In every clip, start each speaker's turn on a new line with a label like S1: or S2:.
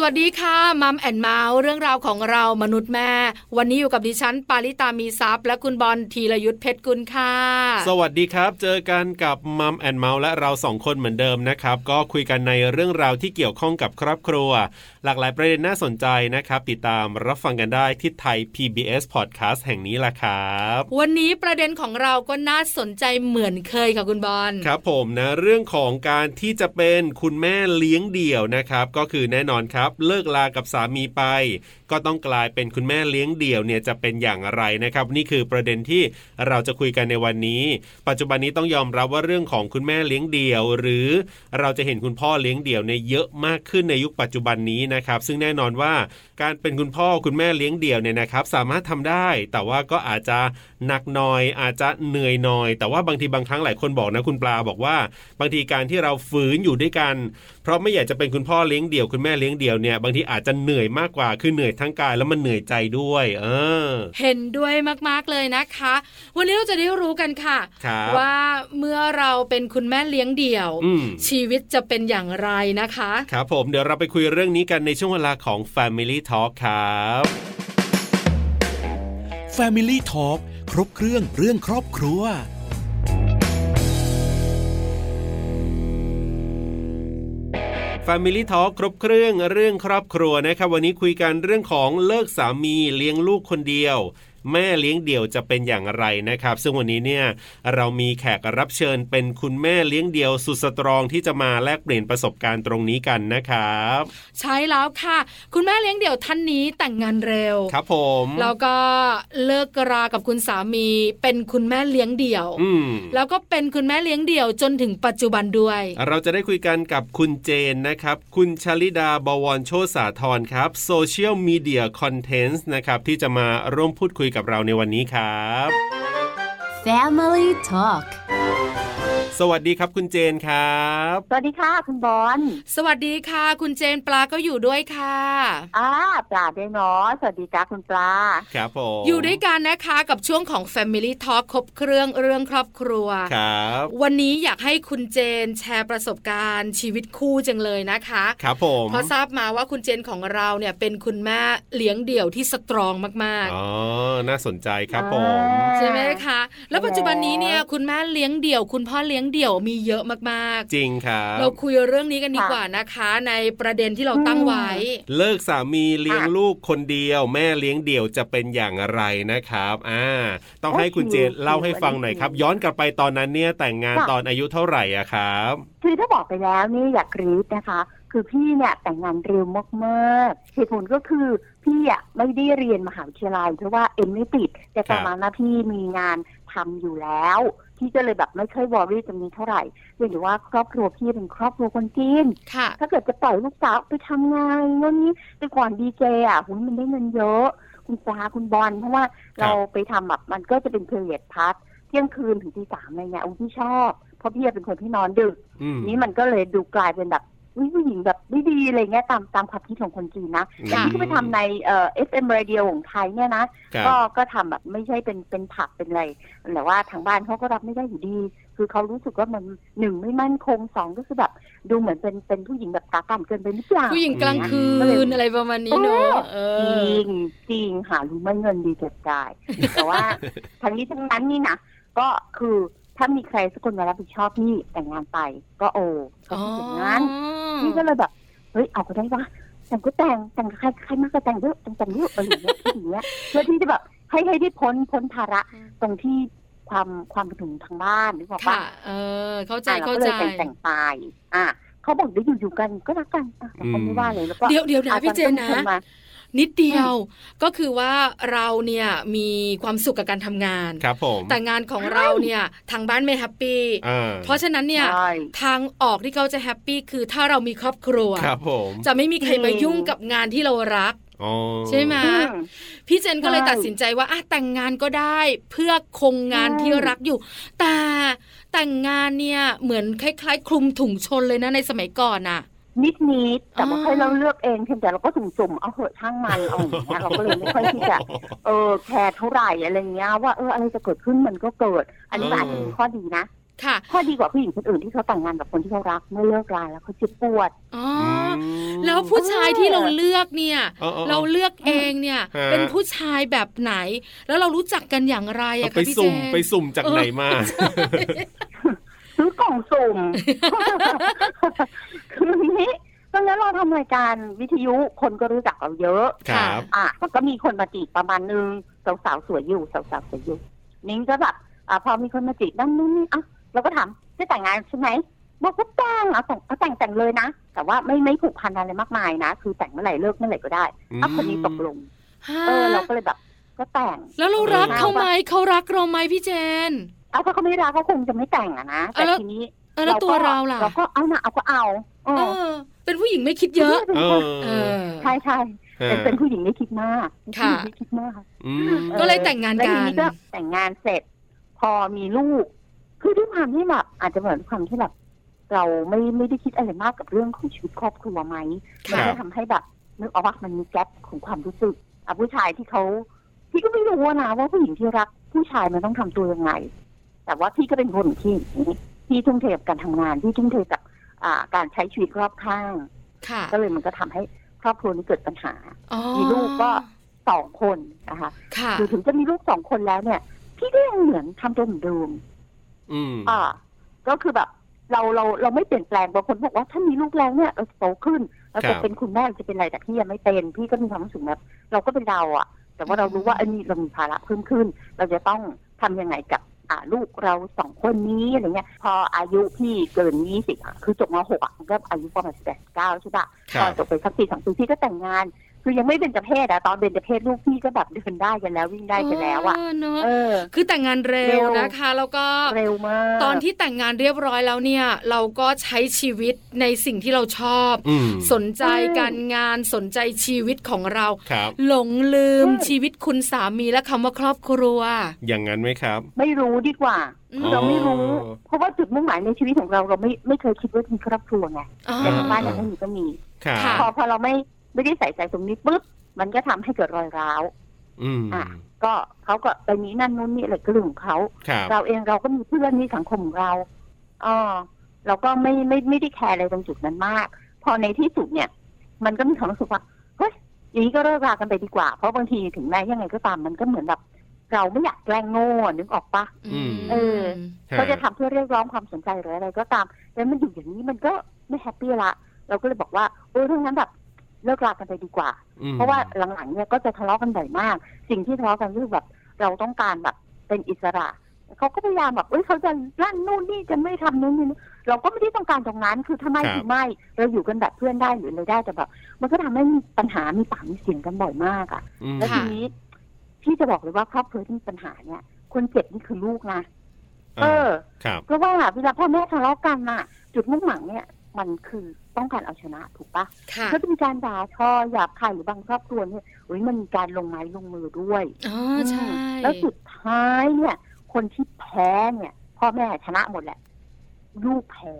S1: สวัสดีค่ะมัมแอนเมาส์เรื่องราวของเรามนุษย์แม่ วันนี้อยู่กับดิฉัน ปาริตามีซัพย์ และคุณบอลธีรยุทธเพชรกุลค่ะ
S2: สวัสดีครับ เจอกันกับมัมแอนเมาส์และเราสองคนเหมือนเดิมนะครับ ก็คุยกันในเรื่องราวที่เกี่ยวข้องกับครอบครัว หลากหลายประเด็นน่าสนใจนะครับ ติดตามรับฟังกันได้ที่ไทย PBS Podcast แห่งนี้ล่ะครับ
S1: วันนี้ประเด็นของเราก็น่าสนใจเหมือนเคยค่ะคุณบอล
S2: ครับผมนะเรื่องของการที่จะเป็นคุณแม่เลี้ยงเดี่ยวนะครับ ก็คือแน่นอนครับ เลิกลากับสามีไป ก็ต้องกลายเป็นคุณแม่เลี้ยงเดี่ยวเนี่ยจะเป็นอย่างไรนะครับ นี่คือประเด็นที่เราจะคุยกันในวันนี้ ปัจจุบันนี้ต้องยอมรับว่าเรื่องของคุณแม่เลี้ยงเดี่ยว หรือเราจะเห็นคุณพ่อเลี้ยงเดี่ยวเนี่ยเยอะมากขึ้นในยุคปัจจุบันนี้นะครับ ซึ่งแน่นอนว่าการเป็นคุณพ่อคุณแม่เลี้ยงเดี่ยวเนี่ยนะครับ สามารถทำได้ แต่ว่าก็อาจจะหนักหน่อย อาจจะเหนื่อยหน่อย แต่ว่าบางทีบางครั้งหลายคนบอกนะคุณปลาบอกว่า บางทีการที่เราฝืนอยู่ด้วยกัน เพราะไม่อยากจะเป็นคุณพ่อเลี้ยงเดี่ยวคุณแม่เลี้ยงเดี่ยวเนี่ยบางทีอาจจะเหนื่อยมากกว่าคือเหนื่อยทั้งกายแล้วมันเหนื่อยใจด้วย เออ
S1: เห็นด้วยมากๆเลยนะคะ วันนี้เราจะได้รู้กันค่ะ
S2: ครับ
S1: ว่าเมื่อเราเป็นคุณแม่เลี้ยงเดี่ยว
S2: อืม
S1: ชีวิตจะเป็นอย่างไรนะคะ
S2: ครับผมเดี๋ยวเราไปคุยเรื่องนี้กันในช่วงเวลาของ Family Talk ครับ
S3: Family Talk ครบเครื่องเรื่องครอบครัว
S2: Family Talk ครบเครื่องเรื่องครอบครัวนะครับ วันนี้คุยกันเรื่องของเลิกสามีเลี้ยงลูกคนเดียว แม่เลี้ยงเดี่ยวจะเป็นอย่างไรนะครับ ซึ่งวันนี้เนี่ยเรามีแขกรับเชิญเป็นคุณแม่เลี้ยงเดี่ยวสุดสตรองที่จะมาแลกเปลี่ยนประสบการณ์ตรงนี้กันนะครับ
S1: ใช้แล้วค่ะ คุณแม่เลี้ยงเดี่ยวท่านนี้แต่งงานเร็ว
S2: ครับผม
S1: แล้วก็เลิกรากับคุณสามี เป็นคุณแม่เลี้ยงเดี่ยว
S2: อืม
S1: แล้วก็เป็นคุณแม่เลี้ยงเดี่ยวจนถึงปัจจุบันด้วย
S2: เราจะได้คุยกันกับคุณเจนนะครับ คุณชลิดาบวรโชติสาธรครับโซเชียลมีเดียคอนเทนต์นะครับที่จะมาร่วมพูดคุยกับเราในวันนี้ครับ
S4: Family Talk
S2: สวัสดีครับคุณเจนครับ
S5: สวัสดีค่ะ คุณบอล
S1: สวัสดีค่ะ คุณเจนปลาก็อยู่ด้วยค่ะ
S5: อ่าปลาด้วยเนาะ สวัสดีจ้าคุณปลา
S2: ครับผม
S1: อยู่ด้วยกันนะคะกับช่วงของ Family Talk ครบเครื่องเรื่องครอบครัว
S2: ครับ
S1: วันนี้อยากให้คุณเจนแชร์ประสบการณ์ชีวิตคู่จังเลยนะคะ
S2: ครับผม
S1: เพราะทราบมาว่าคุณเจนของเราเนี่ยเป็นคุณแม่เลี้ยงเดี่ยวที่สตรองมาก
S2: อ๋อน่าสนใจครับผม
S1: ๆ ใช่ไหมคะ แล้ว
S5: ใช่แล้ว
S1: ปัจจุบันนี้เนี่ยคุณแม่เลี้ยงเดี่ยว คุณพ่อเลี้ยงเดี่ยวมีเยอะมาก
S2: จริงครับ
S1: ๆ เราคุยเรื่องนี้กันดีกว่านะคะ ในประเด็นที่เราตั้งไว้
S2: เลิกสามีเลี้ยงลูกคนเดียว แม่เลี้ยงเดี่ยวจะเป็นอย่างไรนะครับอ่าต้องให้คุณเจนเล่าให้ฟังหน่อยครับ ย้อนกลับไปตอนนั้นเนี่ยแต่งงานตอนอายุเท่าไหร่อะครับ
S5: คือถ้าบอกไปแล้วนี่อยากรีดนะคะ คือพี่เนี่ยแต่งงานเร็วมากๆเหตุผลก็คือพี่อ่ะไม่ได้เรียนมหาวิทยาลัยเพราะว่าเอ็มไม่ติด แต่
S2: ครั
S5: ต
S2: บ
S5: อนนั้นนะพี่มีงานทำอยู่แล้ว พี่ก็เลยแบบไม่ค่อยวอรี่ตรงนี้เท่าไหร่เพียงแต่ว่าครอบครัวพี่เป็นครอบครัวคนจีน
S1: ค่ะ
S5: ถ้าเกิดจะปล่อยลูกสาวไปทำงานโน่นนี้แต่ก่อนดีเจอ่ะหุ้นมันได้เงินเยอะ คุณปลาคุณบอลเพราะว่า
S2: ครับ
S5: เราไปทำแบบมันก็จะเป็นเพลียดพักเที่ยงคืนถึงตีสามอะไรเงี้ยอุ้ยพี่ชอบ เพราะพี่เป็นคนที่นอนดึก
S2: อืม
S5: นี่มันก็เลยดูกลายเป็นแบบอุ๊ยผู้หญิงแบบไม่ดีอะไรเงี้ยตามตามความคิดของคนจีนนะแต่
S1: ค่ะ
S5: พี่ก็ไปทำในเอ่อ FM radio ของไทยเนี่ยนะ
S2: ครับ
S5: ก็ก็ทำแบบไม่ใช่เป็นเป็นผับเป็นอะไรแต่ว่าทางบ้านเขาก็รับไม่ได้อยู่ดี คือเขารู้สึกว่ามันหนึ่งไม่มั่นคงสองก็คือแบบดูเหมือนเป็นเป็นผู้หญิงแบบกากันเกินไปหรือเปล่า
S1: ผู้หญิงกลางคื
S5: ก็เลย
S1: นอะไรประมาณนี้เนอะเออ
S5: จริงจริงหารู้ไหม่เงินดีเจ็บกาย แต่ว่า ทั้งนี้ทั้งนั้นนี่นะก็คือถ้ามีใครสักคนมารับผิดชอบนี่แต่งงานไป ก็โอ้ก็คิดอย่างนั้น นี่ก็เลยแบบเฮ้ยเอาก็ได้วะแต่งก็แต่งแต่งกับใครใครมากก็แต่งเยอะแต่งแต่งเยอะอะไรอย่างเงี้ยคิด อย่างเงี้ยเพื่อที่จะแบบให้ให้ได้พ้นพ้นภาระตรงที่ความความเป็นถึงทางบ้านหรือบอกว่า
S1: ค่ะ เออ เข้าใจ
S5: อ่ะเรา
S1: เข้า
S5: ก็เล
S1: ใจ
S5: ยแต่งแต่งไปอ่ะเขาบอกเดี๋ยวอยู่ๆกันก็รักกันอ่ะเราก็ไม่ว่าเลยแล้วก็
S1: เดี๋ยวเดี๋ยวนะ
S5: อา
S1: พี่เจน
S5: ตอ
S1: นะ
S5: ก็มีคมา
S1: นิดเดียว ก็คือว่าเราเนี่ยมีความสุขกับการทำงาน
S2: ครับผม
S1: แต่งานของ
S5: ใช่
S1: เราเนี่ยทางบ้านไม่แฮปปี้
S2: อ่า
S1: เพราะฉะนั้นเนี่ย
S5: ใช่
S1: ทางออกที่เขาจะแฮปปี้คือถ้าเรามีครอบครัว
S2: ครับผม
S1: จะไม่มีใครมา
S5: อืม
S1: ยุ่งกับงานที่เรารัก
S2: อ๋อ
S1: ใช่ไหม
S5: อืม
S1: พี่เจนก็เลย
S5: ใช่
S1: ตัดสินใจว่าอ่ะแต่งงานก็ได้ เพื่อคงงาน
S5: ใช่
S1: ที่รักอยู่ แต่แต่งงานเนี่ยเหมือนคล้าย ๆ คลุมถุงชนเลยนะในสมัยก่อนน่ะ
S5: นิดนิดๆแต่
S1: อ๋
S5: ว่า
S1: อ
S5: ค่อยเราเลือกเองเพียงแต่เราก็สุ่มๆเอาเหอะช่างมันเอาอย่างเงี้ยเราก็เลยไม่ค่อยที่จะ เออแคร์เท่าไหร่อะไรเงี้ยว่าเอออะไรจะเกิดขึ้นมันก็เกิด อันนี้
S1: เออ
S5: อาจจะมีข้อดีนะ
S1: ค่ะ
S5: ข้อดีกว่าผู้หญิงคนอื่นที่เขาแต่งงานกับคนที่เขารักเมื่อเลิกราแล้วเขาเจ็บปวด
S1: อ๋ออแล้วผู้ชายที่เราเลือกเนี่ย
S2: อ๋ออ๋อ
S1: เราเลือกเองเนี่ย
S2: ฮะ
S1: เป็นผู้ชายแบบไหน แล้วเรารู้จักกันอย่างไร
S2: เอา
S1: อะ
S2: ไป
S1: คะพี่เจ
S2: สุ่ม
S1: น
S2: ไปสุ่มจากไหนมา
S5: ซื้อกล่องสุ่ม คืออย่างนี้ตอนนั้นเราทำรายการวิทยุคนก็รู้จักเราเยอะ
S2: ค
S1: ค่ะ
S2: รับ
S5: อ่ะก็มีคนมาจีบประมาณนึงสาวสาวๆสวยอยู่สาวสาวๆสวยอยู่นิ้งก็แบบอ่ะพอมีคนมาจีบนั่นนู่นนี่อ่ะเราก็ถามจะแต่งงานใช่ไหมบอกว่าแต่งเอาแต่งเอาแต่งแต่งเลยนะ แต่ว่าไม่ไม่ผูกพันอะไรมากมายนะ คือแต่งเมื่อไหร่เลิกเมื่อไหร่ก็ได้อ่ะคนนี้ตกลง
S1: ฮะ
S5: เออเราก็เลยแบบ ก็แต่ง
S1: แล้วเรารักเขาไหมเขารักเราไหมพี่เจน
S5: เอาถ้าเขาไม่รักเขาคงจะไม่แต่งอะนะแต่
S1: เอาแล้ว
S5: ทีนี้
S1: เออแล้วตัว
S5: ก็
S1: เราล่ะ
S5: เราก็เอานะเอาก็เอาเอ
S1: เอ
S5: อ
S1: อ เป็นผู้หญิงไม่คิดเยอะ
S2: เออ
S1: เออ
S5: ใช่ใช่เป็นเป็นผู้หญิงไม่คิดมาก
S1: ค่ะ
S5: ไม่คิดมาก
S2: อืม
S1: ก็เลยแต่งงานกัน
S5: แล้วทีนี้ก็แต่งงานเสร็จ พอมีลูก คือด้วยความที่แบบอาจจะเหมือนความที่แบบเราไม่ไม่ได้คิดอะไรมากกับเรื่องของชีวิตครอบครัวไหม
S2: ค
S5: มั
S2: รับ
S5: นก็ทำให้แบบนึกออกว่ามันมีแกลบของความรู้สึกอ่ะผู้ชายที่เขาพี่ก็ไม่รู้อะนะว่าผู้หญิงที่รักผู้ชายมันต้องทำตัวยังไง แต่ว่าพี่ก็เป็นคนที่พี่ทุ่มเทกับการทำงานพี่ทุ่มเทกับอ่าการใช้ชีวิตรอบข้าง
S1: ค่ะ
S5: ก็เลยมันก็ทำให้ครอบครัวนี้เกิดปัญหา
S1: อ๋อ
S5: มีลูกก็ สองคนนะคะ
S1: ค่ะ
S5: คือถึงจะมีลูกสองคนแล้วเนี่ย พี่ก็ยังเหมือนทำตัวเหมือนเดิม
S2: อืม
S5: อ่า ก็คือแบบเราเราเราไม่เปลี่ยนแปลงบางคนบอกว่าถ้ามีลูกแล้วเนี่ยเราจะโตขึ้นเราจะเป็นคุณแม่เราจะเป็นอะไรแต่พี่ยังไม่เป็นพี่ก็มีความรู้สึกแบบเราก็เป็นเราอะแต่ว่าเรารู้ว่าอันนี้เรามีภาระเพิ่มขึ้น เราจะต้องทำยังไงกับอ่าลูกเราสองคนนี้อะไรเงี้ย พออายุพี่เกินนี้สิคือจบมหกอะมันก็อายุประมาณสิบแปดเก้าใช่ปะ
S2: ค
S5: ต
S2: รั
S5: อน
S2: บ
S5: จบไปสักปีสองปีพี่ก็แต่งงาน คือยังไม่เป็นจะเพศอะตอนเป็นจะเพศลูกพี่ก็แบบเดินได้กันแล้ววิ่งได้กันแล้วอะ
S1: เเนอะ
S5: เออ
S1: คือแต่งงานเร็
S5: เร็
S1: ว
S5: ว
S1: นะคะ แล้วก็
S5: เร็วมาก
S1: ตอนที่แต่งงานเรียบร้อยแล้วเนี่ย เราก็ใช้ชีวิตในสิ่งที่เราชอบ
S2: อืม
S1: สนใจ
S5: ใช่
S1: การงานสนใจชีวิตของเรา
S2: ครับ
S1: หลงลืม
S5: ใช่
S1: ชีวิตคุณสามีและคำว่าครอบครัว
S2: อย่างนั้นไหมครับ
S5: ไม่รู้ดีกว่า
S1: อืม
S5: เราไม่รู้
S2: อ๋อ
S5: เพราะว่าจุดมุ่งหมายในชีวิตของเราเราไม่ไม่เคยคิดว่ามีครอบครัวไง
S1: อ๋อ
S5: แต่ทางบ้านยังไม่มีก็มี
S2: ครั
S1: ค่ะ
S5: พอบ พอเราไม่ไม่ได้ใส่ใจตรงนี้ปุ๊บมันก็ทำให้เกิดรอยร้าว
S2: อืม
S5: อ่ะ ก็เขาก็ไปนี้นั่นนู้นนี่อะไรก็เรื่องของเขา
S2: ครับ
S5: เราเองเราก็มีเพื่อนมีสังคมของเราเออเราก็ไม่ไม่ไม่ได้แคร์อะไรตรงจุดนั้นมาก พอในที่สุดเนี่ย มันก็มีความรู้สึกว่าเฮ้ยอย่างนี้ก็เลิกรากันไปดีกว่า เพราะบางทีถึงแม้ยังไงก็ตามมันก็เหมือนแบบ เราไม่อยากแกล้งโง่นึกออกปะ
S2: อืม
S5: เออ
S2: ฮ
S5: ก็จะทำเพื่อเรียกร้องความสนใจหรืออะไรก็ตามแล้วมันอยู่อย่างนี้มันก็ไม่แฮปปี้ละเราก็เลยบอกว่าเออถ้างั้นแบบเลิกรากันไปดีกว่า
S2: อืม
S5: เพราะว่าหลังๆเนี่ยก็จะทะเลาะกันบ่อยมาก สิ่งที่ทะเลาะกันคือแบบเราต้องการแบบเป็นอิสระ เขาก็พยายามแบบเอ้ยเขาจะลั่นนู่นนี่จะไม่ทำนู่นนี่นะเราก็ไม่ได้ต้องการตรงนั้นคือทำไมถึงไม่เราอยู่กันแบบเพื่อนได้หรืออะไรได้แต่แบบมันก็ทำให้มีปัญหามีปากมีเสียงกันบ่อยมากอะ
S2: อืม
S5: แล้ว
S1: ค่ะ
S5: ทีนี้พี่จะบอกเลยว่าครอบครัวที่มีปัญหาเนี่ยคนเจ็บนี่คือลูกนะเออ
S2: ครับ
S5: เพราะว่าเวลาพ่อแม่ทะเลาะกันน่ะ จุดมุ่งหมายเนี่ย มันคือต้องการเอาชนะถูกปะ
S1: ค่ะ
S5: ก็จะมีการด่าทอหยาบคายหรือบางครอบครัวเนี่ยโอ้ยมันมีการลงไม้ลงมือด้วย
S1: อ๋อใช่
S5: อืมแล้วสุดท้ายเนี่ย คนที่แพ้เนี่ย พ่อแม่ชนะหมดแหละ ลูกแพ้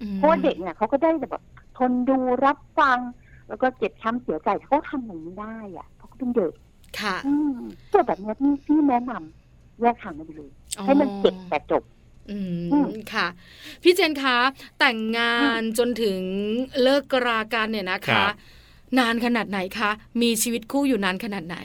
S1: อืม
S5: เพราะว่าเด็กเนี่ยเขาก็ได้แต่แบบทนดูรับฟัง แล้วก็เจ็บช้ำเสียใจเขาทำอย่างนี้ได้อะเพราะเขาเป็นเด็ก
S1: ค่ะ
S5: อืมเจอแบบเนี้ยพี่พี่แนะนำแยกทางกันไปเลยให้มันเจ็บแต่จบ
S1: อื
S5: อื
S1: ม
S5: ม
S1: ค่ะ พี่เจนคะแต่งงานจนถึงเลิกรากันเนี่ยนะ
S2: ครั
S1: คะ
S2: บ
S1: นานขนาดไหนคะ มีชีวิตคู่อยู่นานขนาดไหน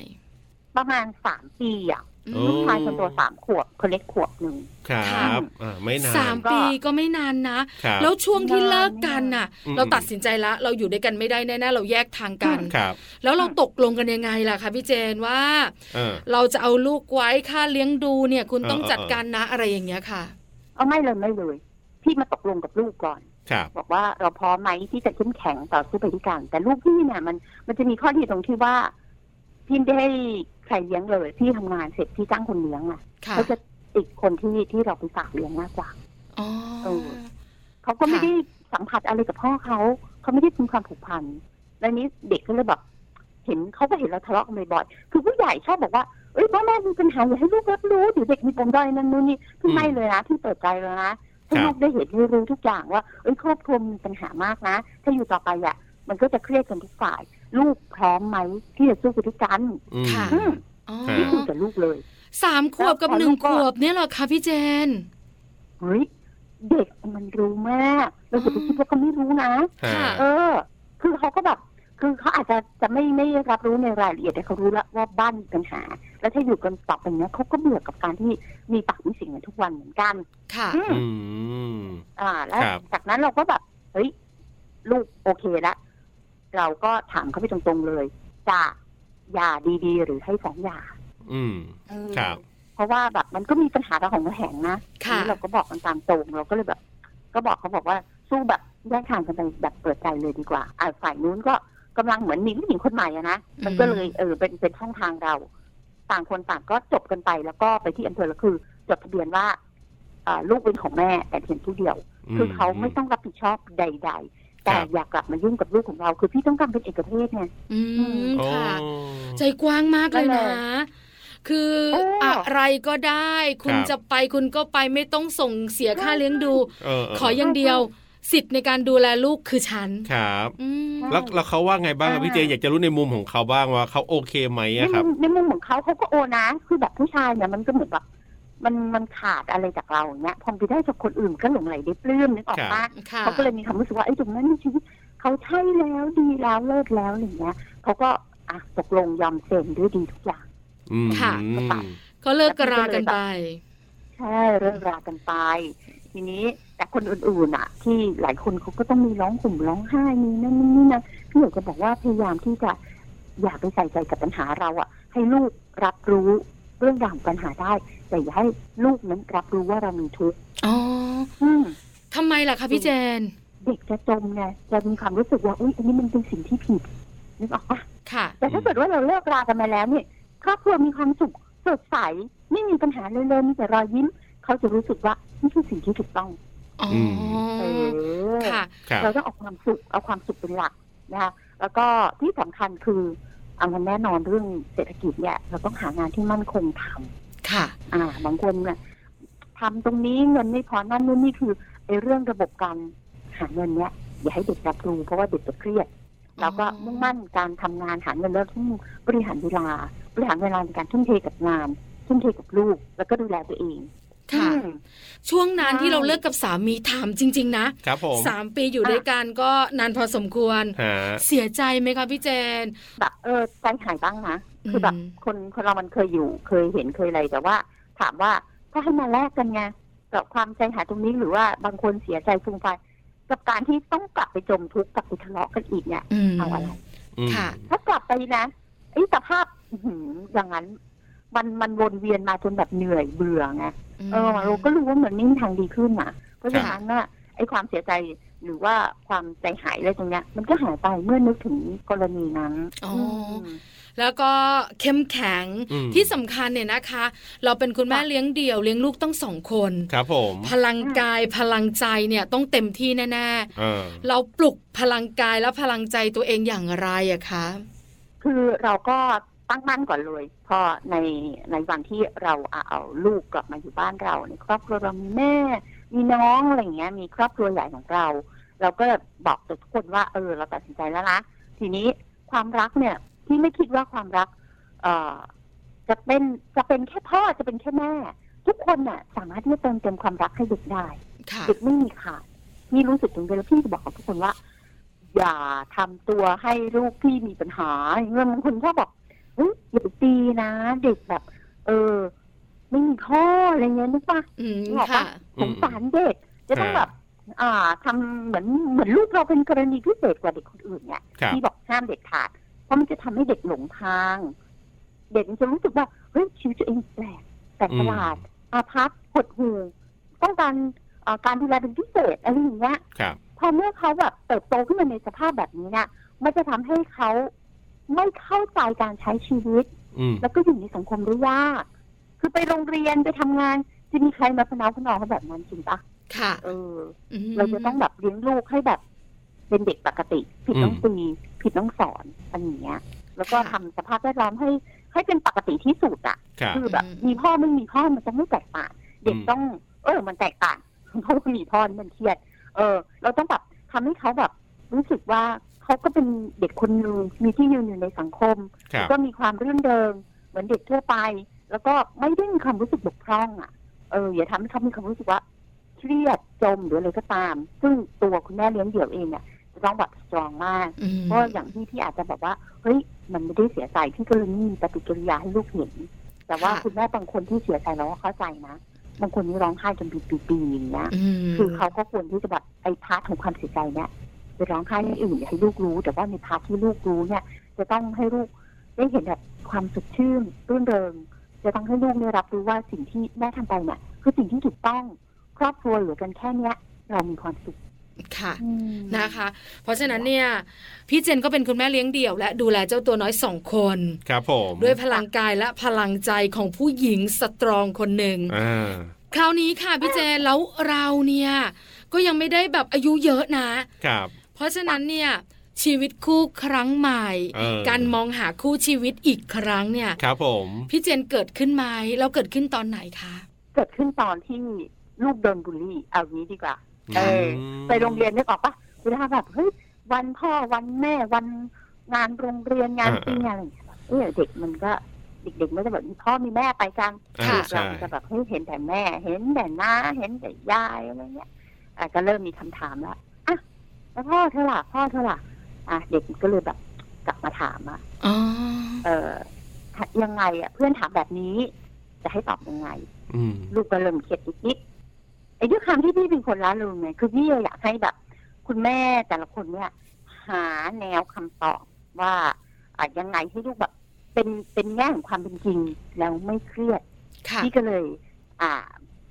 S5: ประมาณสามปีอะ
S1: อืม
S2: โอ้
S5: ลูกชายคนโตสามขวบคนเล็กขวบหนึ่ง
S2: ครับอ่าไม่นาน
S1: สามปีก็ไม่นานนะ
S2: ครับ
S1: แล้วช่วงที่
S5: นาน
S1: เลิกกันน่ะ
S2: อืม
S1: เราตัดสินใจละ เราอยู่ด้วยกันไม่ได้แน่ๆเราแยกทางกัน
S2: ครับ
S1: แล้วเราตกลงกันยังไงล่ะคะพี่เจนว่า
S2: เออ
S1: เราจะเอาลูกไว้ค่าเลี้ยงดูเนี่ย คุณ
S2: เออ
S1: ต้อง
S2: เออ
S1: จัดการนะอะไรอย่างเงี้ยค่ะ
S5: เอาไม่เลยไม่เลย พี่มาตกลงกับลูกก่อน
S2: ครับ
S5: บอกว่าเราพร้อมไหมที่จะเข้มแข็งต่อสู้ไปด้วยกัน แต่ลูกพี่เนี่ยมันมันจะมีข้อดีตรงที่ว่าพี่ไม่ได้ใครเลี้ยงเลยพี่ทำงานเสร็จพี่จ้างคนเลี้ยงอ่ะ
S1: ค่ะ
S5: เขาจะติดคนที่ที่เราไปฝากเลี้ยงมากกว่า
S1: อ๋อ
S5: เออ เขาก็ไม่
S1: ค่ะ
S5: ได้สัมผัสอะไรกับพ่อเขาเขาไม่ได้มีความผูกพันแล้วนี้เด็กก็เลยแบบเห็นเขาก็เห็นเราทะเลาะกันบ่อยๆคือผู้ใหญ่ชอบบอกว่าเอ้ยพ่อแม่มีปัญหาอย่าให้ลูกรับรู้เดี๋ยวเด็กมีปมด้อยนั่นนู่นนี่พี่ไม่เลยนะพี่เปิดใจแล้วนะ ให้ลูกได้เห็นได้รู้ทุกอย่างว่าเอ้ยครอบครัวมีปัญหามากนะ ถ้าอยู่ต่อไปอ่ะ มันก็จะเครียดกันทุกฝ่าย ลูกพร้อมไหมที่จะสู้ไปด้วยกัน
S2: อืม
S1: ค่ะ
S5: อืม
S1: อ๋อ
S2: ค่ะ
S5: นี่คุยกับลูกเลย
S1: สามขวบกับ
S5: แล้ว
S1: หนึ่ง
S5: พอลูก
S1: ข
S5: ก็
S1: วบเนี่ยเหรอคะพี่เจน
S5: เฮ้ย เด็กมันรู้มากเราจะไปคิดว่าเขาไม่รู้นะ
S2: ฮะ
S1: ค่ะ
S5: เออ คือเขาก็แบบ คือเขาอาจจะจะไม่ไม่รับรู้ในรายละเอียดแต่เขารู้แล้วว่าบ้านมีปัญหา แล้วถ้าอยู่กันต่อไปเนี้ยเขาก็เบื่อกับการที่มีปากมีเสิ่งกันทุกวันเหมือนกัน
S1: ค่ะ
S5: อืม
S2: อืม
S5: อ่า แล้ว
S2: ครับ
S5: จากนั้นเราก็แบบ เฮ้ย ลูกโอเคละ เราก็ถามเขาไปตรงๆเลย จะหย่าดีๆ หรือให้ฟ้องหย่า
S2: อืม ครับ
S5: เพราะว่าแบบมันก็มีปัญหาระหองระแหงนะ
S1: ค่ะ
S5: ทีนี้เราก็บอกกันตามตรงเราก็เลยแบบ ก็บอกเขาบอกว่าสู้แบบแยกทางกันไปแบบเปิดใจเลยดีกว่าอ่าฝ่ายนู้นก็กำลังเหมือนมีผู้หญิงคนใหม่อะนะมันก็เลยเออเป็นเป็นช่องทางเรา ต่างคนต่างก็จบกันไปแล้วก็ไปที่อำเภอแล้วคือจดทะเบียนว่าอ่าลูกเป็นของแม่แต่เพียงผู้เดียว คือเขาไม่ต้องรับผิดชอบใด ๆ แต่
S2: ครับ
S5: อยากกลับมายุ่งกับลูกของเรา คือพี่ต้องการเป็นเอกเทศไง
S1: อืม
S2: อ๋อ
S1: ค่ะ ใจกว้างมากเลยนะ คือ
S5: โอ้
S1: อะไรก็ได้ คุณ
S2: ครับ
S1: จะไปคุณก็ไปไม่ต้องส่งเสียค่าเลี้ยงดู
S2: เออเออ
S1: ขออย่างเดียว สิทธิ์ในการดูแลลูกคือฉัน
S2: ครับ
S1: อืม
S2: แล้วแล้วเขาว่าไงบ้างอะพี่เจ อยากจะรู้ในมุมของเขาบ้างว่าเขาโอเคไหม
S5: ใน
S2: อะครับ
S5: มุมในมุมของเขาเขาก็โอนะ คือแบบผู้ชายเนี่ยมันก็เหมือนแบบมันมันขาดอะไรจากเราอย่างเนี้ยพอไปได้จากคนอื่นก็หลงไหลได้ปลื้มนึกออกปะ
S1: ค่ะ
S5: เขาก็เลยมีความรู้สึกว่าไอ้ตรงนั้นในชีวิตเขาใช่แล้วดีแล้วเลิศแล้วอย่างเงี้ยเขาก็อ่ะตกลงยอมเซ็นด้วยดีทุกอย่าง
S2: อืม
S1: ค่ะ ก็เลิกกรากันไป
S5: ใช่เรื่องราวกันไป ทีนี้แต่คนอื่นๆอ่ะ ที่หลายคนเขาก็ต้องมีร้องห่มร้องไห้มีนั่นนี่นี่นะพี่หนูก็บอกว่าพยายามที่จะอย่าไปใส่ใจกับปัญหาเราอ่ะ ให้ลูกรับรู้เรื่องราวของปัญหาได้ แต่อย่าให้ลูกนั้นรับรู้ว่าเรามีทุกข์
S1: อ๋อ
S5: อืม
S1: ทำไมล่ะคะพี่
S5: อืม
S1: เจน
S5: เด็กจะจมไงจะมีความรู้สึกว่าอุ้ยอันนี้มันเป็นสิ่งที่ผิดนึกออกปะ
S1: ค่ะ
S5: แต่ถ้าเกิดว่าเราเลิกรากันมาแล้วเนี่ยครอบครัวมีความสุขสดใสไม่มีปัญหาเลยเลยมีแต่รอยยิ้มเขาจะรู้สึกว่านี่คือสิ่งที่ถูกต้อง
S1: อ๋ออ
S5: เออ
S1: ค่ะ
S2: ครับ
S5: เราต้องเอาความสุขเอาความสุขเป็นหลักนะคะแล้วก็ที่สำคัญคือเอามันแน่นอนเรื่องเศรษฐกิจเนี่ยเราต้องหางานที่มั่นคงทำ
S1: ค่ะ
S5: อ่าบางคนเนี่ยทำตรงนี้เงินไม่พอนั่นนู่นนี่คือไอ้เรื่องระบบการหาเงินเนี่ยอย่าให้เด็กรับรู้เพราะว่าเด็กจะเครียดแล้วก็มุ่งมั่นการทำงานหาเงินแล้วทุ่มบริหารเวลา บริหารเวลาในการทุ่มเทกับงาน ทุ่มเทกับลูก แล้วก็ดูแลตัวเอง
S1: ค่ะ
S5: อืม
S1: ช่วงนาน
S5: ใช่
S1: ที่เราเลิกกับสามีถามจริง ๆ นะครับ
S2: ผม
S1: สามปีอยู่ด้วยกันก็นานพอสมควร
S2: ฮะ
S1: เสียใจไหมคะพี่เจน
S5: แบบเออใจหายบ้างนะ คือแบบ
S1: อืม
S5: คนคนเรามันเคยอยู่เคยเห็นเคยอะไรแต่ว่า ถามว่าถ้าให้มาแลกกันไงกับความใจหายตรงนี้หรือว่าบางคนเสียใจฟูมไฟายกับการที่ต้องกลับไปจมทุกข์กลับไปทะเลาะกันอีกเนี่ย
S1: อืม
S5: เอาอะไร
S2: อืม
S1: ค่ะ
S5: ถ้ากลับไปนะไอ้สภาพอื้อหืออย่างนั้น มันมันวนเวียนมาจนแบบเหนื่อยเบื่อไงเออเราก็รู้ว่าเหมือนไม่มีทางดีขึ้นอ่ะ เพราะฉะนั้นน่ะไอ้ความเสียใจหรือว่าความใจหายอะไรตรงเนี้ย มันก็หายไปเมื่อนึกถึงกรณีนั้น
S1: อ๋อ
S5: ม
S1: แล้วก็เข้มแข็ง
S2: อืม
S1: ที่สำคัญเนี่ยนะคะ เราเป็นคุณแม่เลี้ยงเดี่ยวเลี้ยงลูกต้องสองคน
S2: ครับผม
S1: พลังกายพลังใจเนี่ยต้องเต็มที่แน่ๆ
S2: เออ
S1: เราปลุกพลังกายและพลังใจตัวเองอย่างไรอะคะ
S5: คือเราก็ตั้งมั่นก่อนเลย พอในในวันที่เราเอาลูกกลับมาอยู่บ้านเราในครอบครัวเรามีแม่ มีน้องอะไรอย่างเงี้ย มีครอบครัวใหญ่ของเรา เราก็บอกกับทุกคนว่าเออ เราตัดสินใจแล้วนะทีนี้ความรักเนี่ย ที่ไม่คิดว่าความรัก เอ่อ จะเป็นจะเป็นแค่พ่อจะเป็นแค่แม่ ทุกคนน่ะ สามารถที่จะเติมเต็มความรักให้เด็กได้
S1: ค่ะ
S5: เด็กไม่มีขาดพี่รู้สึกถึงเวลาพี่จะบอกกับทุกคนว่า อย่าทำตัวให้ลูกพี่มีปัญหาอย่างเงี้ยบางคนชอบบอกเฮ้ยอย่าไปตีนะ เด็กแบบ เออ ไม่มีข้ออะไรเงี้ยนึกว่า
S1: อืม
S5: บอก
S1: ค่ะ
S5: ว่า
S2: อื
S5: ส
S2: ม
S5: งสารเด็กจะต้องแบบ อ่าทำเหมือนเหมือนลูกเราเป็นกรณีพิเศษกว่าเด็กคนอื่นเนี่ย
S2: ครับ
S5: พี่บอกห้ามเด็ดขาด เพราะมันจะทำให้เด็กหลงทาง เด็กมันจะรู้สึกว่าเฮ้ยชีวิตตัวเองแปลกแปลกประหลาด อาพัพหดหูต้องการเอ่อการดูแลเป็นพิเศษอะไรอย่างเงี้ย
S2: ครับ
S5: พอเมื่อเขาแบบเติบโตขึ้นมาในสภาพแบบนี้เนี่ยมันจะทำให้เขาไม่เข้าใจการใช้ชีวิต
S2: อืม
S5: แล้วก็อยู่ในสังคมได้ยาก คือไปโรงเรียนไปทำงาน จะมีใครมาพนาวพนอเขาแบบนั้นจริงปะ
S1: ค่ะ
S5: เออ
S1: อืม
S5: เราจะต้องแบบเลี้ยงลูกให้แบบ เป็นเด็กปกติ ผิดต้องตีผิดต้องสอนอะไรอย่างเงี้ย แล้วก็ทำสภาพแวดล้อมให้ให้เป็นปกติที่สุดอะ
S2: ครับ
S5: คือแบบมีพ่อไม่มีพ่อมันจะไม่แตกต่างเด็ก
S2: อืม
S5: ต้อง เออ มันแตกต่าง เพราะว่ามีพ่อนี่มันเครียด เออ เราต้องแบบทำให้เขาแบบ รู้สึกว่าเขาก็เป็นเด็กคนหนึงมีที่ยืนอยู่ในสังคม
S2: ครับ
S5: ก็มีความเรื่องเดิมเหมือนเด็กทั่วไป แล้วก็ไม่ได้มีความรู้สึกบกพร่องอ่ะเอออย่าทำให้เขามีความรู้สึกว่า เครียดจมหรืออะไรก็ตาม ซึ่งตัวคุณแม่เลี้ยงเดี่ยวเองเนี่ยจะต้องแบบสตรองมาก
S1: อืม
S5: เพราะอย่างที่พี่อาจจะแบบว่าเฮ้ยมันไม่ได้เสียใจพี่ก็เลยไม่มีปฏิกิริยาให้ลูกเห็น แต่ว่าคุณแม่บางคนที่เสียใจเราก็เข้าใจนะบางคนนี่ร้องไห้จนปีๆๆอย่างเงี้ย
S1: อืม
S5: คือเขาก็ควรที่จะแบบไอ้พาร์ทของความเสียใจเนี่ยไปร้องไห้ให้อื่นให้ลูกรู้ แต่ว่าในพาร์ทที่ลูกรู้เนี่ย จะต้องให้ลูกได้เห็นแบบความสดชื่นรื่นเริง จะต้องให้ลูกได้รับรู้ว่าสิ่งที่แม่ทำไปเนี่ยคือสิ่งที่ถูกต้องครอบครัวเหลือกันแค่เนี้ย เรามีความสุข
S1: ค่ะ นะคะ เพราะฉะนั้นเนี่ย พี่เจนก็เป็นคุณแม่เลี้ยงเดี่ยว และดูแลเจ้าตัวน้อยสองคน
S2: ครับผม
S1: ด้วยพลังกายและพลังใจของผู้หญิงสตรองคนหนึ่ง
S2: อ่า
S1: คราวนี้ค่ะพี่เจนแล้วเราเนี่ยก็ยังไม่ได้แบบอายุเยอะนะ
S2: ครับ
S1: เพราะฉะนั้นเนี่ยชีวิตคู่ครั้งใหม่
S2: เออ
S1: การมองหาคู่ชีวิตอีกครั้งเนี่ย
S2: ครับผม
S1: พี่เจนเกิดขึ้นไหมแล้วเกิดขึ้นตอนไหนคะ
S5: เกิดขึ้นตอนที่ลูกโดนบูลลี่เอางี้ดีกว่า เออ
S2: ม
S5: ไปโรงเรียนนึกออกปะเวลาแบบเฮ้ยวันพ่อวันแม่วันงานโรงเรียนงานปีงานอะไรอย่างเงี้ยเออเด็กมันก็เด็กๆมันจะแบบมีพ่อมีแม่ไปกัน
S2: อ่า
S1: ค่ะ
S5: เรา
S2: ใช่
S5: จะแบบเฮ้ยเห็นแต่แม่ เห็นแต่น้าเห็นแต่ยายอะไรเงี้ยอ่ะก็เริ่มมีคำถามแล้วอ่ะแล้วพ่อเธอล่ะพ่อเธอล่ะอ่ะเด็กก็เลยแบบกลับมาถามอ่ะ
S1: อ๋อ
S5: เออยังไงอ่ะเพื่อนถามแบบนี้ จะให้ตอบยังไง
S2: อืม
S5: ลูกก็เริ่มเครียดนิดๆไอ้ด้วยความที่พี่เป็นคนล้าลุงไงคือพี่อยากให้แบบ คุณแม่แต่ละคนเนี่ย หาแนวคำตอบว่าอ่ะยังไงให้ลูกแบบ เป็นเป็นแง่ของความเป็นจริงแล้วไม่เครียด
S1: ค่ะ
S5: พี่ก็เลย อ่า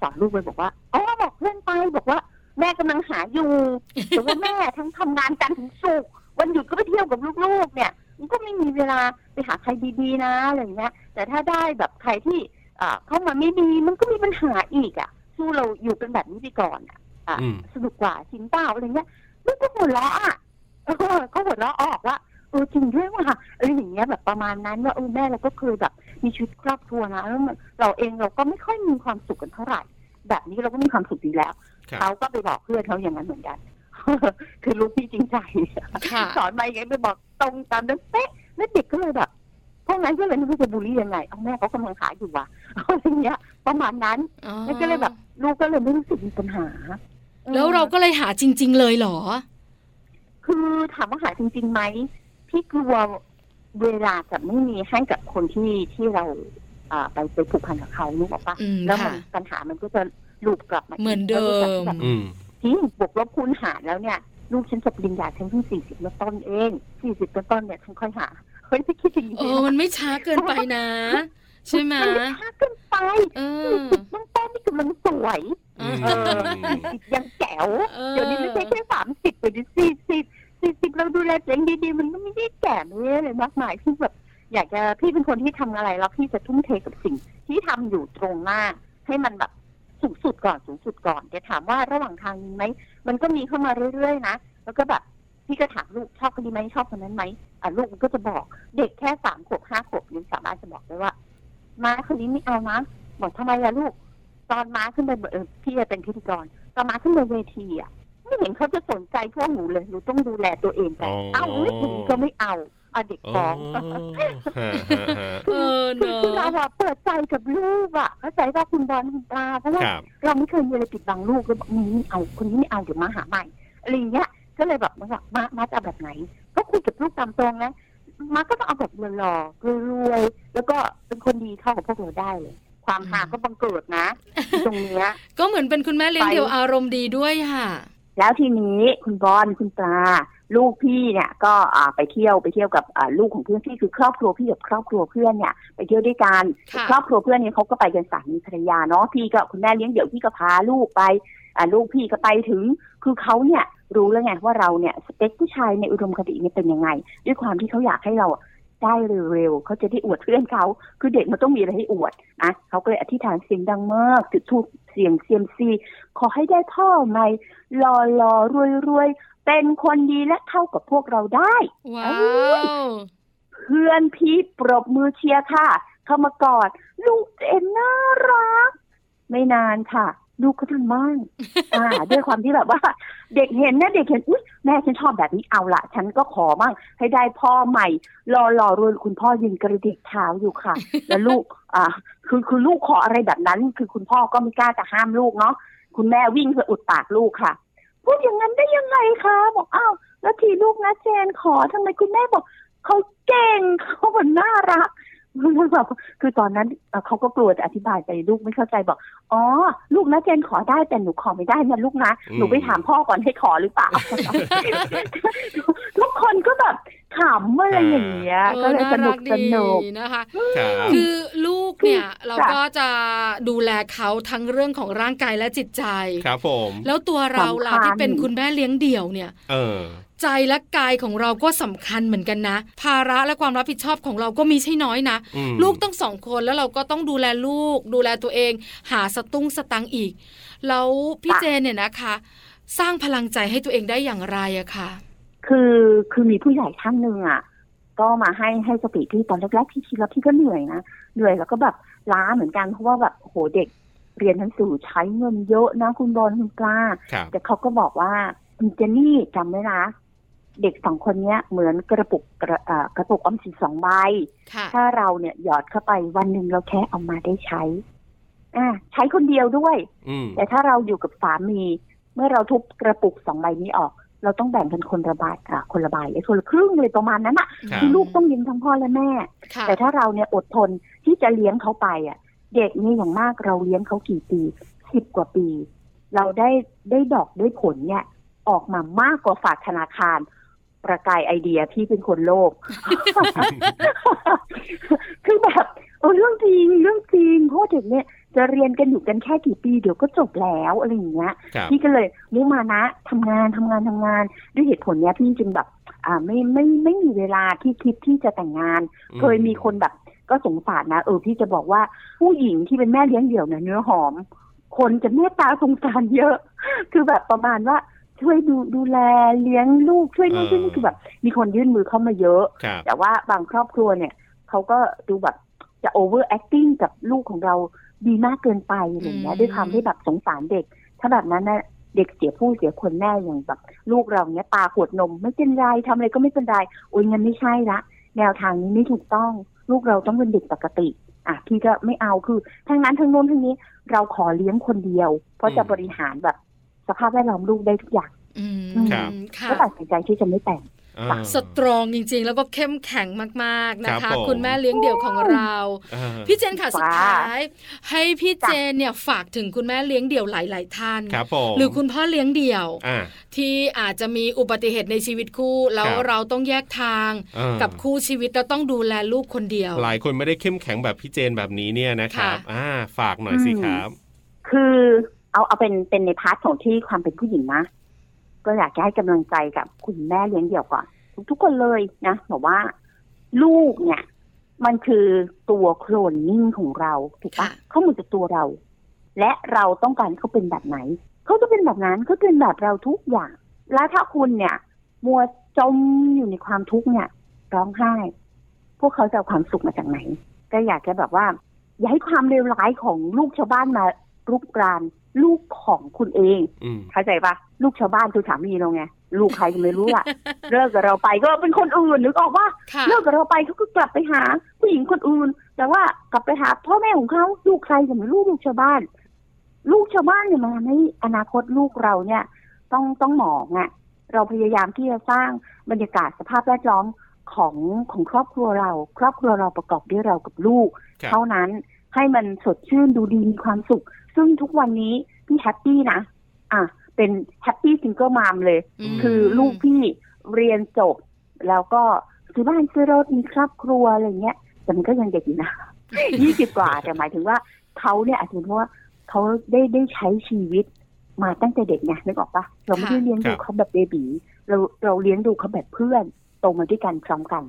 S5: สอนลูกไปบอกว่าอ๋อบอกเพื่อนไปบอกว่า แม่กำลังหา อยู่แต่ว่าแม่ทั้งทำงานจันทร์ถึงศุกร์วันหยุดก็ไปเที่ยวกับลูกๆ เนี่ย มันก็ไม่มีเวลาไปหาใครดีๆนะอะไรอย่างเงี้ย แต่ถ้าได้แบบใครที่เอ่อเข้ามาไม่ดีมันก็มีปัญหาอีกอ่ะสู้เราอยู่เป็นแบบนี้ไปก่อนอะอ่ะ
S2: อืม
S5: สนุกกว่าจริงเปล่าอะไรเงี้ยมันก็หัวเราะอ่ะ เออก็หัวเราะออกว่าเออจริงด้วยว่ะอะไรอย่างเงี้ยแบบประมาณนั้นว่าเออแม่เราก็เคยแบบมีชีวิตครอบครัวนะแล้วมันเราเองเราก็ไม่ค่อยมีความสุขกันเท่าไหร่ แบบนี้เราก็มีความสุขดีแล้ว
S2: ครับ
S5: เขาก็ไปบอกเพื่อนเขาอย่างนั้นเหมือนกัน คือรู้พี่จริงใจ
S1: ค่ะ
S5: สอนมาอย่างไงไปบอกตรงตามนั้นเป๊ะแล้วเด็กก็เลยแบบพวกนั้นก็เลยไม่รู้จะบูลลี่ยังไงเอาแม่เขากำลังขายอยู่ว่ะ อะไรเงี้ย ประมาณนั้น
S1: อ๋อ
S5: แล้วก็เลยแบบลูกก็เลยไม่รู้สึกมีปัญหา
S1: แล้วเราก็เลยหาจริง ๆ เลยเหรอ
S5: คือถามว่าหาจริงๆไหมพี่กลัวเวลาจะไม่มีให้กับคนที่ที่เราอ่าไปไปผูกพันกับเขานึกออกปะ
S1: อืม
S5: แล้วมั
S1: ค่ะ
S5: นปัญหามันก็จะลูปกลับมา
S1: เหมือนเดิม
S5: แล้วลูกจะแบบ
S2: อืม
S5: จริงบวกลบคูณหารแล้วเนี่ย ลูกฉันจบปริญญาฉันเพิ่งสี่สิบต้นเองสี่สิบต้นๆเนี่ยฉันค่อยหาเฮ้ยพี่คิดอย่างนี้
S1: เออมันไม่ช้าเกินไปนะ ใช่ไหม
S5: มันไม่ช้าเกินไป
S1: เอ
S5: สี่
S1: อ
S5: สิบต้นๆนี่กำลังสวย
S1: อืม
S5: เออสี่สิบยังแจ๋ว
S1: เออ
S5: เดี๋ยวนี้ไม่ใช่แค่สามสิบเดี๋ยวนี้สี่สิบสี่สิบเราดูแลตัวเองดีๆ มันก็ไม่ได้แก่ไม่ได้อะไรมากมายคือแบบอยากจะพี่เป็นคนที่ทำอะไรแล้วพี่จะทุ่มเทกับสิ่งที่ทำอยู่ตรงหน้า ให้มันแบบสูงสุดก่อนสูงสุดก่อนจะถามว่าระหว่างทางมีไหมมันก็มีเข้ามาเรื่อยๆนะแล้วก็แบบพี่ก็ถามลูกชอบคนนี้ไหมชอบคนนั้นไหมอ่ะลูกมันก็จะบอกเด็กแค่สามขวบห้าขวบยังสามารถจะบอกได้ว่ามาคนนี้ไม่เอานะบอกทำไมล่ะลูก ตอนมาขึ้นไปเอ่อพี่จะเป็นพิธีกรตอนมาขึ้นไปเวทีอ่ะ ไม่เห็นเขาจะสนใจพวกหนูเลย หนูต้องดูแลตัวเองแต่เอ้าไม่ถึงก็ไม่เอาเอาเด็ก
S2: อ๋อ
S5: ฟ้อง
S2: ฮะฮะฮะ
S1: เออ
S5: คื
S1: เน
S5: อ
S1: อะ
S5: คือเราอะเปิดใจกับลูกอะเข้าใจว่าคุณบอลคุณตาเพราะว่า
S2: ครับ
S5: เราไม่เคยมีอะไรปิดบังลูกเลยบอกมีไม่เอาคนนี้ไม่เอาเดี๋ยวมาหาใหม่อะไรอย่างเงี้ย ก็เลยแบบว่ามามาจะเอาแบบไหน ก็คุยกับลูกตามตรงนะมาก็ต้องเอาแบบหล่อๆรวยๆแล้วก็เป็นคนดีเข้ากับพวกเราได้เลย ความหาก็บังเกิดนะ ตรงเนี้ย
S1: ก็เหมือนเป็นคุณแม่เลี้ยงเดี่ยวอารมณ์ดีด้วยค่ะ
S5: แล้วทีนี้คุณบอลคุณปลาลูกพี่เนี่ยก็อ่าไปเที่ยวไปเที่ยวกับอ่าลูกของเพื่อนพี่คือครอบครัวพี่กับครอบครัวเพื่อนเนี่ย ไปเที่ยวด้วยกัน
S1: ค่ะ
S5: ครอบครัวเพื่อนเนี่ยเขาก็ไปกันสามีภรรยาเนาะพี่ก็คุณแม่เลี้ยงเดี่ยวพี่ก็พาลูกไปอ่าลูกพี่ก็ไปถึง คือเขาเนี่ยรู้แล้วไงว่าเราเนี่ยสเปคผู้ชายในอุดมคติเนี่ยเป็นยังไง ด้วยความที่เขาอยากให้เราอะได้เร็วๆเขาจะได้อวดเพื่อนเขาคือเด็กมันต้องมีอะไรให้อวดนะเขาก็เลยอธิษฐานเสียงดังมากจุดธูปเสียงเซียมซีขอให้ได้พ่อใหม่ หล่อหล่อรวยรวยๆ เป็นคนดีและเท่ากับพวกเราได้
S1: ว้าว
S5: เพื่อนพี่ปรบมือเชียร์ค่ะ เข้ามากอด ลูกเจนน่ารัก ไม่นานค่ะ ลูกก็ทำมั่งอ่า ด้วยความที่แบบว่า เด็กเห็นนะเด็กเห็นอุ๊ยแม่ฉันชอบแบบนี้เอาละฉันก็ขอมั่งให้ได้พ่อใหม่รอรอรวยคุณพ่อยืนกระดิกเท้าอยู่ค่ะ แล้วลูก อ่า คือคือลูกขออะไรแบบนั้น คือคุณพ่อก็ไม่กล้าจะห้ามลูกเนาะ คุณแม่วิ่งสะอุดปากลูกค่ะ พูดอย่างนั้นได้ยังไงคะบอกอ้าวแล้วทีลูกนะเจนขอทำไมคุณแม่บอกเขาเก่งเขาเหมือนน่ารัก แบบคือตอนนั้นเอ่อเขาก็กลัวจะอธิบายไปลูกไม่เข้าใจบอกอ๋อลูกนะเจนขอได้แต่หนูขอไม่ได้นะลูกนะหนูไปถามพ่อก่อนให้ขอหรือเปล่า ทุกคนก็แบบขำอะไรอย่างเงี้ย
S1: เอ
S5: ก็
S1: อ
S5: เลย
S1: น่า
S5: สนุ
S1: รั
S5: ก
S1: ก
S5: ส
S1: ดี
S5: นุก
S1: นะคะ
S2: ครับ
S1: คือลูกเนี่ย
S5: คือ
S1: เรา
S5: จ้ะ
S1: ก็จะดูแลเขาทั้งเรื่องของร่างกายและจิตใจ
S2: ครับผม
S1: แล้วตัวเราล่ะ
S5: สำคัญ
S1: ที่เป็นคุณแม่เลี้ยงเดี่ยวเนี่ย
S2: เออ
S1: ใจและกายของเราก็สำคัญเหมือนกันนะ ภาระและความรับผิดชอบของเราก็มีใช่น้อยนะ
S2: อืม
S1: ลูกต้องสองคนแล้วเราก็ต้องดูแลลูก ดูแลตัวเอง หาสตุ้งสตังค์อีก แล้วพี่
S5: จ้ะ
S1: เจนเนี่ยนะคะ สร้างพลังใจให้ตัวเองได้อย่างไรอะค่ะ
S5: คือคือมีผู้ใหญ่ท่านหนึ่งอ่ะก็มาให้ให้สติพี่ตอนแรกๆพี่คิดแล้วพี่ก็เหนื่อยนะเหนื่อยแล้วก็แบบล้าเหมือนกันเพราะว่าแบบโหเด็กเรียนหนังสือใช้เงินเยอะนะคุณบอลคุณกล้า
S2: ครับ
S5: แต่เขาก็บอกว่าคุณเจนนี่จำไว้นะ เด็กสองคนเนี้ยเหมือนกระปุกกระเอ่อกระปุกออมสินสองใบ
S1: ค่ะ
S5: ถ้าเราเนี่ยหยอดเข้าไปวันหนึ่งเราแค่เอามาได้ใช้อ่าใช้คนเดียวด้วย
S2: อืม
S5: แต่ถ้าเราอยู่กับสามี เมื่อเราทุบกระปุกสองใบนี้ออก เราต้องแบ่งกันคนละใบอ่าคนละใบไอ้คนละครึ่งเลยประมาณนั้นอะ
S2: ครับ
S5: ที่ลูกต้องเลี้ยงทั้งพ่อและแม่
S1: ค่ะ
S5: แต่ถ้าเราเนี่ยอดทนที่จะเลี้ยงเขาไปอ่ะ เด็กเนี่ยอย่างมากเราเลี้ยงเขากี่ปีสิบกว่าปี เราได้ได้ดอกได้ผลเนี่ย ออกมามากกว่าฝากธนาคาร ประกายไอเดียพี่เป็นคนโลภ คือแบบเออเรื่องจริงเรื่องจริงเพราะว่าเด็กเนี่ยจะเรียนกันอยู่กันแค่กี่ปีเดี๋ยวก็จบแล้วอะไรอย่างเงี้ย
S2: ครับ
S5: พี่ก็เลยมุมานะทำงานทำงานทำงาน ด้วยเหตุผลเนี้ยพี่จึงแบบ อ่าไม่ไม่ไม่มีเวลาที่คิดที่จะแต่งงาน เคยมีคนแบบก็สงสารนะเออพี่จะบอกว่าผู้หญิงที่เป็นแม่เลี้ยงเดี่ยวเนี่ยเนื้อหอม คนจะเมตตาสงสารเยอะ คือแบบประมาณว่าช่วยดูดูแลเลี้ยงลูกช่วยนู่น
S2: เออ
S5: ช่วยนี่คือแบบ มีคนยื่นมือเข้ามาเยอะ
S2: ครับ
S5: แต่ว่าบางครอบครัวเนี่ยเขาก็ดูแบบจะ over acting กับลูกของเราดีมากเกินไปอะไรอย่างเงี้ยด้วยความที่แบบสงสารเด็ก ถ้าแบบนั้นนะเด็กเสียผู้เสียคนแน่อย่างแบบ ลูกเราเนี้ยปาขวดนมไม่เป็นไรทำอะไรก็ไม่เป็นไรโอ้ยงั้นไม่ใช่ละแนวทางนี้ไม่ถูกต้อง ลูกเราต้องเป็นเด็กปกติ อ่ะพี่ก็ไม่เอาคือทั้งนั้นทั้งโน้นทั้งนี้เราขอเลี้ยงคนเดียว เพราะจะบริหารแบบสภาพแวดล้อมลูกได้ทุกอย่าง
S1: อืมค่ะ
S5: ก็ตัดสินใจที่จะไม่แต่ง
S2: อ่า
S1: สตรองจริงๆ แล้วก็เข้มแข็งมากๆนะ
S2: ค
S1: คะ
S2: รับผม
S1: คุณแม่เลี้ยงเดี่ยวของเรา
S2: อ่า
S1: พี่เจนค่ะสุดท้าย ให้พี่
S5: จ้ะ
S1: เจนเนี่ยฝากถึงคุณแม่เลี้ยงเดี่ยวหลาย ๆ ท่าน
S2: ครับผม
S1: หรือคุณพ่อเลี้ยงเดี่ยว
S2: อ่า
S1: ที่อาจจะมีอุบัติเหตุในชีวิตคู่ แล้ว
S2: ครับ
S1: เราต้องแยกทาง
S2: อ่า
S1: กับคู่ชีวิตเราต้องดูแลลูกคนเดียว
S2: หลายคนไม่ได้เข้มแข็งแบบพี่เจนแบบนี้เนี่ยนะครับ
S1: ค่ะ
S2: อ่า ฝากหน่อยสิครับ
S5: คือเอาเอาเป็นเป็นในพาร์ทของที่ความเป็นผู้หญิงนะ ก็อยากจะให้กำลังใจกับคุณแม่เลี้ยงเดี่ยวก่อน ทุกๆคนเลยนะบอกว่า ลูกเนี่ย มันคือตัวโคลนนิ่งของเราถูก
S1: ค่ะ
S5: ปะเขาเหมือนกับตัวเรา และเราต้องการเขาเป็นแบบไหน เขาจะเป็นแบบนั้นเขาเป็นแบบเราทุกอย่าง แล้วถ้าคุณเนี่ย มัวจมอยู่ในความทุกข์เนี่ย ร้องไห้ พวกเขาจะเอาความสุขมาจากไหน ก็อยากจะแบบว่า อย่าให้ความเลวร้ายของลูกชาวบ้านมารุกรานลูกของคุณเอง
S2: อืม
S5: เข้าใจปะลูกชาวบ้านคือสามีเราไงลูกใครก็ไม่รู้ อะ เลิกกับเราไปก็เป็นคนอื่นนึกออกว่า
S1: ค่ะ
S5: เลิกกับเราไปเขาก็กลับไปหา ผู้หญิงคนอื่น แต่ว่ากลับไปหาพ่อแม่ของเขาลูกใครก็ไม่รู้ลูกชาวบ้าน ลูกชาวบ้านเนี่ยมันทำให้อนาคตลูกเราเนี่ย ต้องต้องหมองอะเราพยายามที่จะสร้างบรรยากาศสภาพแวดล้อมของของครอบครัวเรา ครอบครัวเราประกอบด้วยเรากับลูก
S2: ครับ
S5: เท่านั้นให้มันสดชื่นดูดีมีความสุข ซึ่งทุกวันนี้พี่แฮปปี้นะ อ่ะ เป็นแฮปปี้ซิงเกิลมามเลย
S1: อืม
S5: คือลูกพี่เรียนจบ แล้วก็ซื้อบ้านซื้อรถมีครอบครัวอะไรเงี้ย แต่มันก็ยังเด็กอยู่ นะ ยี่สิบกว่า แต่หมายถึงว่าเขาเนี่ยอาจจะเป็นเพราะว่าเขาได้ได้ใช้ชีวิตมาตั้งแต่เด็กไงนึกออกปะเราไม่ได้เลี้ยงดู
S2: ครับ
S5: เขาแบบเบบีเราเราเลี้ยงดูเขาแบบเพื่อนโตมาด้วยกันพร้อมกัน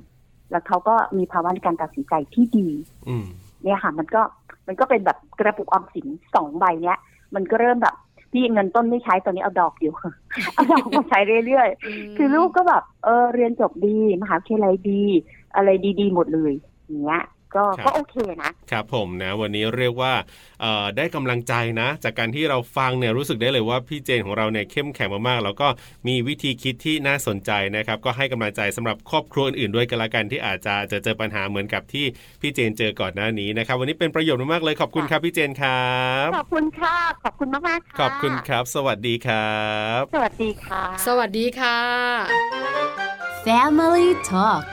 S5: แล้วเขาก็มีภาวะในการตัดสินใจที่ดี
S2: อืม
S5: เนี่ยค่ะมันก็มันก็เป็นแบบกระปุกออมสินสองใบเนี้ย มันก็เริ่มแบบพี่เงินต้นไม่ใช้ตอนนี้เอาดอกอยู่ เอาดอกมาใช้เรื่อยๆ คือลูกก็แบบเออเรียนจบดี มหาวิทยาลัยดี อะไรดีๆ หมดเลยอย่างเงี้ย ก็
S2: ครับ
S5: ก็โอเคนะ
S2: ครับผมนะวันนี้เรียกว่าเอ่อได้กำลังใจนะ จากการที่เราฟังเนี่ยรู้สึกได้เลยว่าพี่เจนของเราเนี่ยเข้มแข็งมากๆแล้วก็มีวิธีคิดที่น่าสนใจนะครับ ก็ให้กำลังใจสำหรับครอบครัวอื่นๆด้วยกันละกันที่อาจจะเจอเจอปัญหาเหมือนกับที่พี่เจนเจอก่อนหน้านี้นะครับ วันนี้เป็นประโยชน์มากๆเลยขอบคุณครับพี่เจนครับ
S5: ขอบคุณค่ะ ขอบคุณมากมากๆค่ะ
S2: ขอบคุณครับ สวัสดีครับ
S5: สวัสดีค่ะ
S1: สวัสดีค่ะ
S4: Family Talk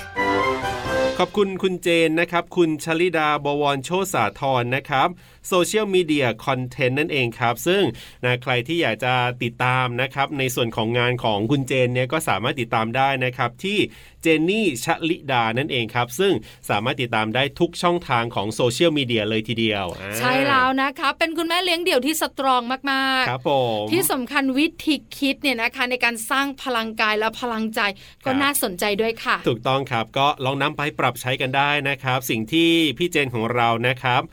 S2: ขอบคุณคุณเจนนะครับ คุณชลิดาบวรโชติสาธรนะครับโซเชียลมีเดียคอนเทนต์นั่นเองครับ ซึ่งนะใครที่อยากจะติดตามนะครับ ในส่วนของงานของคุณเจนเนี่ยก็สามารถติดตามได้นะครับ ที่เจนนี่ชลิดานั่นเองครับ ซึ่งสามารถติดตามได้ทุกช่องทางของโซเชียลมีเดียเลยทีเดียวอ่า
S1: ใช่แล้วนะคะเป็นคุณแม่เลี้ยงเดี่ยวที่สตรองมาก
S2: ครับผม
S1: ๆ ที่สำคัญวิธีคิดเนี่ยนะคะ ในการสร้างพลังกายและพลังใจก็
S2: ครับ
S1: น่าสนใจด้วยค่ะ
S2: ถูกต้องครับก็ลองนำไปปรับใช้กันได้นะครับ สิ่งที่พี่เจนของเรานะครับ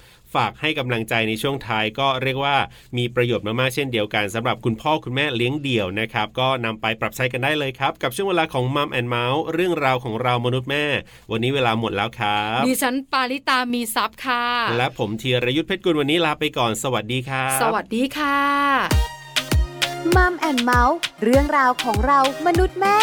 S2: ฝากให้กำลังใจในช่วงท้ายก็เรียกว่ามีประโยชน์มากๆเช่นเดียวกันสำหรับคุณพ่อคุณแม่เลี้ยงเดี่ยวนะครับ ก็นำไปปรับใช้กันได้เลยครับ กับช่วงเวลาของมัมแอนเมาส์เรื่องราวของเรามนุษย์แม่ วันนี้เวลาหมดแล้วครับ
S1: ดิฉันปาริตามีซับค่ะ
S2: และผมธีรยุทธเพชรกุลวันนี้ลาไปก่อนสวัสดีครับ
S1: สวัสดีค่ะ
S4: มัมแอนเมาส์เรื่องราวของเรามนุษย์แม่